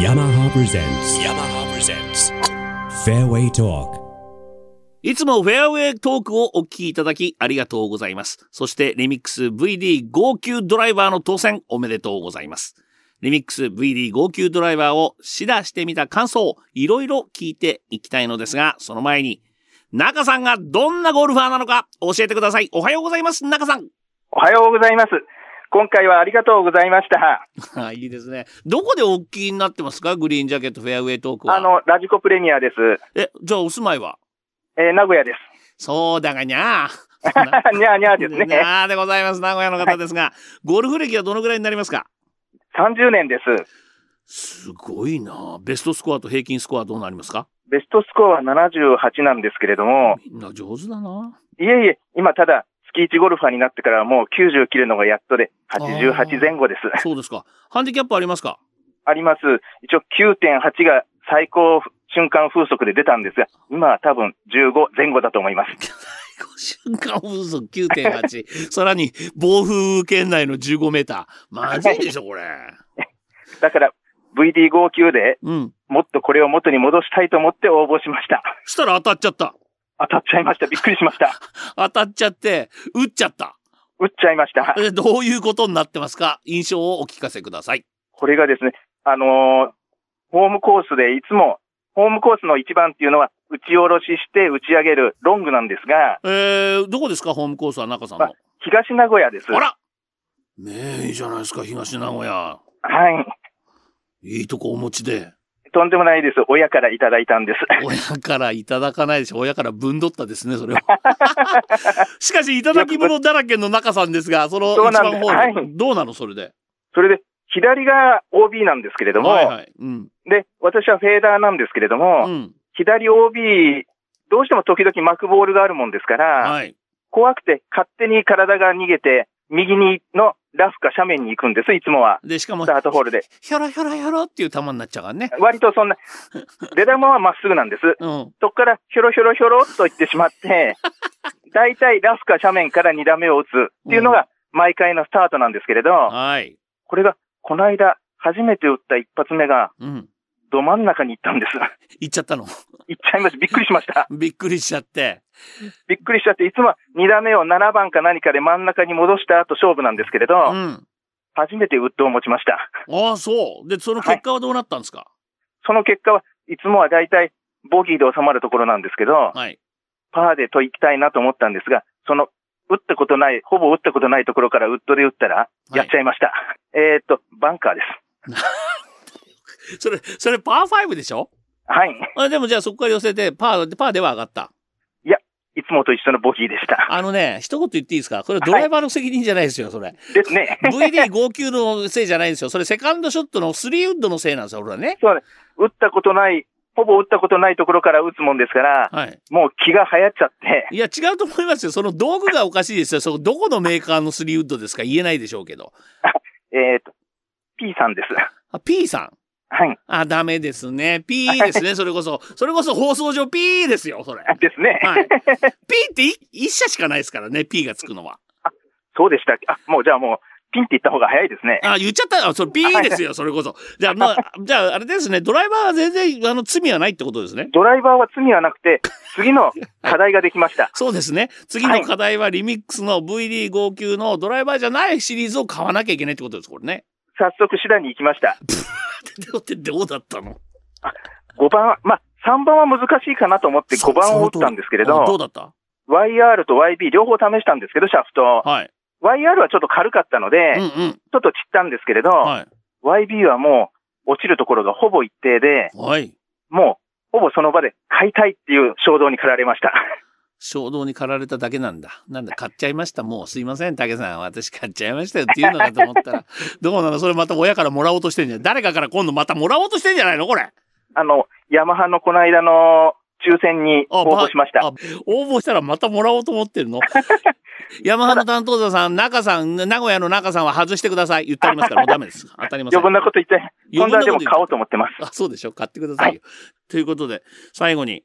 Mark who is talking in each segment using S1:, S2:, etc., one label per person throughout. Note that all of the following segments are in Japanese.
S1: yamaha presents yamaha presents fairway talk
S2: いつもフェアウェイトークをお聞きいただきありがとうございます。そしてリミックス VD 号泣ドライバーの当選おめでとうございます。リミックス VD 号泣ドライバーを試打してみた感想、いろいろ聞いていきたいのですが、その前に、中さんがどんなゴルファーなのか教えてください。おはようございます、中さ ん。
S3: おはようございます。今回はありがとうございました。
S2: はい、いいですね。どこでお聞きになってますかグリーンジャケットフェアウェイトークは。
S3: あ、の、ラジコプレミアです。
S2: え、じゃあお住まいは
S3: えー名古屋です。
S2: そうだがにゃあ。
S3: にゃーにゃー ですね。
S2: なあでございます。名古屋の方ですが、ゴルフ歴はどのぐらいになりますか
S3: 30年です。
S2: すごいなあベストスコアと平均スコアはどうなりますか
S3: ベストスコアは78なんですけれども、
S2: みんな上手だない
S3: えいえ、今ただ、月1ゴルファーになってからはもう90切るのがやっとで、88前後です。
S2: そうですか。ハンディキャップあります か
S3: あります。一応9.8が最高瞬間風速で出たんですが、今は多分15前後だと思います。
S2: 瞬間風速9.8。さらに、暴風圏内の15メーター。まずいでしょ、これ。
S3: だから、VD59 で
S2: うん。
S3: もっとこれを元に戻したいと思って応募しました。
S2: したら当たっちゃった。
S3: 当たっちゃいました。びっくりしました。
S2: 当たっちゃって、打っちゃった。
S3: 打っちゃいました。
S2: えどういうことになってますか印象をお聞かせください。
S3: これがですね、あのーホームコースでいつも、ホームコースの一番っていうのは、打ち下ろしして打ち上げるロングなんですが、
S2: えー、どこですかホームコースは中さんの。
S3: あ東名古屋です。
S2: あらねえ、いいじゃないですか、東名古屋。
S3: はい。
S2: いいとこお持ちで。
S3: とんでもないです。親からいただいたんです。
S2: 親からいただかないでしょ。親からぶんどったですね、それは。 しかし、いただき物だらけの中さんですが、その
S3: そ
S2: 一
S3: うなん
S2: 番
S3: です
S2: ホール、
S3: はい
S2: どうなのそれで。
S3: それで、左が OB なんですけれども、
S2: はいはい。うん。
S3: で、私はフェーダーなんですけれども、
S2: うん。
S3: 左 OB、どうしても時々巻くボールがあるもんですから、
S2: はい。
S3: 怖くて勝手に体が逃げて、右にのラフか斜面に行くんです、いつもは。
S2: で、しかも
S3: スタ、ートホールで。
S2: ひょろひょろひょろっていう球になっちゃうからね。
S3: 割とそんな、出玉はまっすぐなんです。
S2: うん。
S3: そこからひょろひょろひょろっと行ってしま って、大体ラフか斜面から2打目を打つっていうのが毎回のスタートなんですけれど、
S2: はい。
S3: これがこの間初めて打った一発目が
S2: うん。
S3: ど真ん中に行ったんです。
S2: 行っちゃったの。
S3: 行っちゃいました。びっくりしました。
S2: びっくりしちゃって。
S3: びっくりしちゃって、いつもは2打目を7番か何かで真ん中に戻した後勝負なんですけれど、
S2: うん。
S3: 初めてウッドを持ちました。
S2: ああ、そう。で、その結果はどうなったんですか
S3: その結果はいつもは大体ボギーで収まるところなんですけど、
S2: はい。
S3: パーでと行きたいなと思ったんですが、その、打ったことない、ほぼ打ったことないところからウッドで打ったら、
S2: い
S3: やっちゃいました。えーっと、バンカーです。
S2: それ、それパー5でしょ
S3: はい。
S2: あでもじゃあそこから寄せて、パー、パーでは上がった。
S3: いつもと一緒のボギーでした。
S2: あのね、一言言っていいですかこれドライバーの責任じゃないですよ、それ。
S3: で すね。
S2: VD 号泣のせいじゃないんですよ。それセカンドショットのスリーウッドのせいなんですよ、俺はね。
S3: そうね。打ったことない、ほぼ打ったことないところから打つもんですから、
S2: はい。
S3: もう気が流行っちゃって、
S2: いや、違うと思いますよ。その道具がおかしいですよ。そのどこのメーカーのスリーウッドですか言えないでしょうけど。
S3: えーっと、P さんです。
S2: あ、P さん。
S3: はい。
S2: あ、ダメですね。P ですね、それこそ。それこそ放送上 P ですよ、それ。は
S3: ですね。
S2: い。P ってい一社しかないですからね、P がつくのは。
S3: そうでしたっけあ、もうじゃあもう、ピンって言った方が早いですね。
S2: あ、言っちゃった。あ、それ P ですよ、それこそ。じゃあ、まあ、じゃあ、あれですね、ドライバーは全然、あの、罪はないってことですね。
S3: ドライバーは罪はなくて、次の課題ができました。
S2: そうですね。次の課題はリミックスの VD 号泣のドライバーじゃないシリーズを買わなきゃいけないってことです、これね。
S3: 早速、シダに行きました。
S2: で、どうだったの
S3: 5番、まあ、3番は難しいかなと思って
S2: そ
S3: 5番を打ったんですけれ
S2: あどう
S3: ど、
S2: だった
S3: YR と YB 両方試したんですけど、シャフト。
S2: はい。
S3: YR はちょっと軽かったので、
S2: うん
S3: ち
S2: うん。
S3: ょっと散ったんですけれど、
S2: はい。
S3: YB はもう落ちるところがほぼ一定で、
S2: はい。
S3: もうほぼその場で買いたいっていう衝動に駆られました。
S2: 衝動に駆られただけなんだ。なんだ、買っちゃいました。もうすいません、竹さん。私買っちゃいましたよっていうのかと思 ったら、どうなのそれまた親からもらおうとしてんじゃん。誰かから今度またもらおうとしてんじゃないのこれ。
S3: あの、ヤマハのこの間の抽選に
S2: あ
S3: 応募しました。
S2: ばあ応募したらまたもらおうと思ってる のヤマハの担当者さん、中さん、名古屋の中さんは外してください。言ってありますから、もうダメです。当たりません。
S3: 余分なこと言って、今度はでも
S2: 言っ
S3: 買おうと思ってます。
S2: あ、そうでしょ買ってくださいよ。ということで、最後に、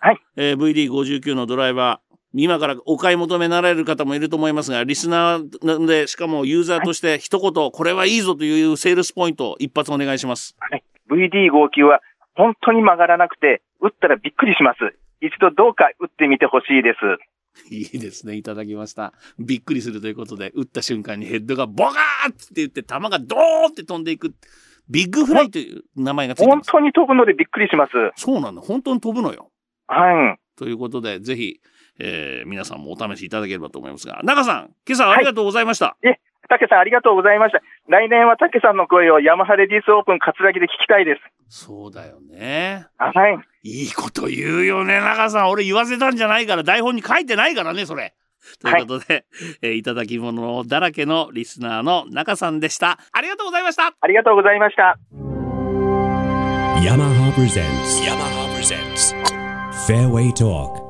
S3: はい
S2: えー VD59 のドライバー、今からお買い求めなられる方もいると思いますが、リスナーなんで、しかもユーザーとして一言、これはいいぞというセールスポイント、一発お願いします。
S3: VD5 級は本当に曲がらなくて、打ったらびっくりします。一度どうか打ってみてほしいです。
S2: いいですね。いただきました。びっくりするということで、打った瞬間にヘッドがボガーッって言って、球がドーンって飛んでいく。ビッグフライという名前がついて
S3: 本
S2: ます。
S3: 当に飛ぶのでびっくりします。
S2: そうなんだ。本当に飛ぶのよ。
S3: はい。
S2: ということで、ぜひ、えー皆さんもお試しいただければと思いますが、中さん、今朝はありがとうございました。
S3: 竹さんありがとうございました。来年は竹さんの声をヤマハレディースオープン活躍で聞きたいです。
S2: そうだよね。
S3: はい。
S2: いいこと言うよね、中さん。俺言わせたんじゃないから、台本に書いてないからね、それ。ということで、えーいただき物だらけのリスナーの中さんでした。ありがとうございました。
S3: ありがとうございました。
S1: yamaha presents yamaha presents fairway talk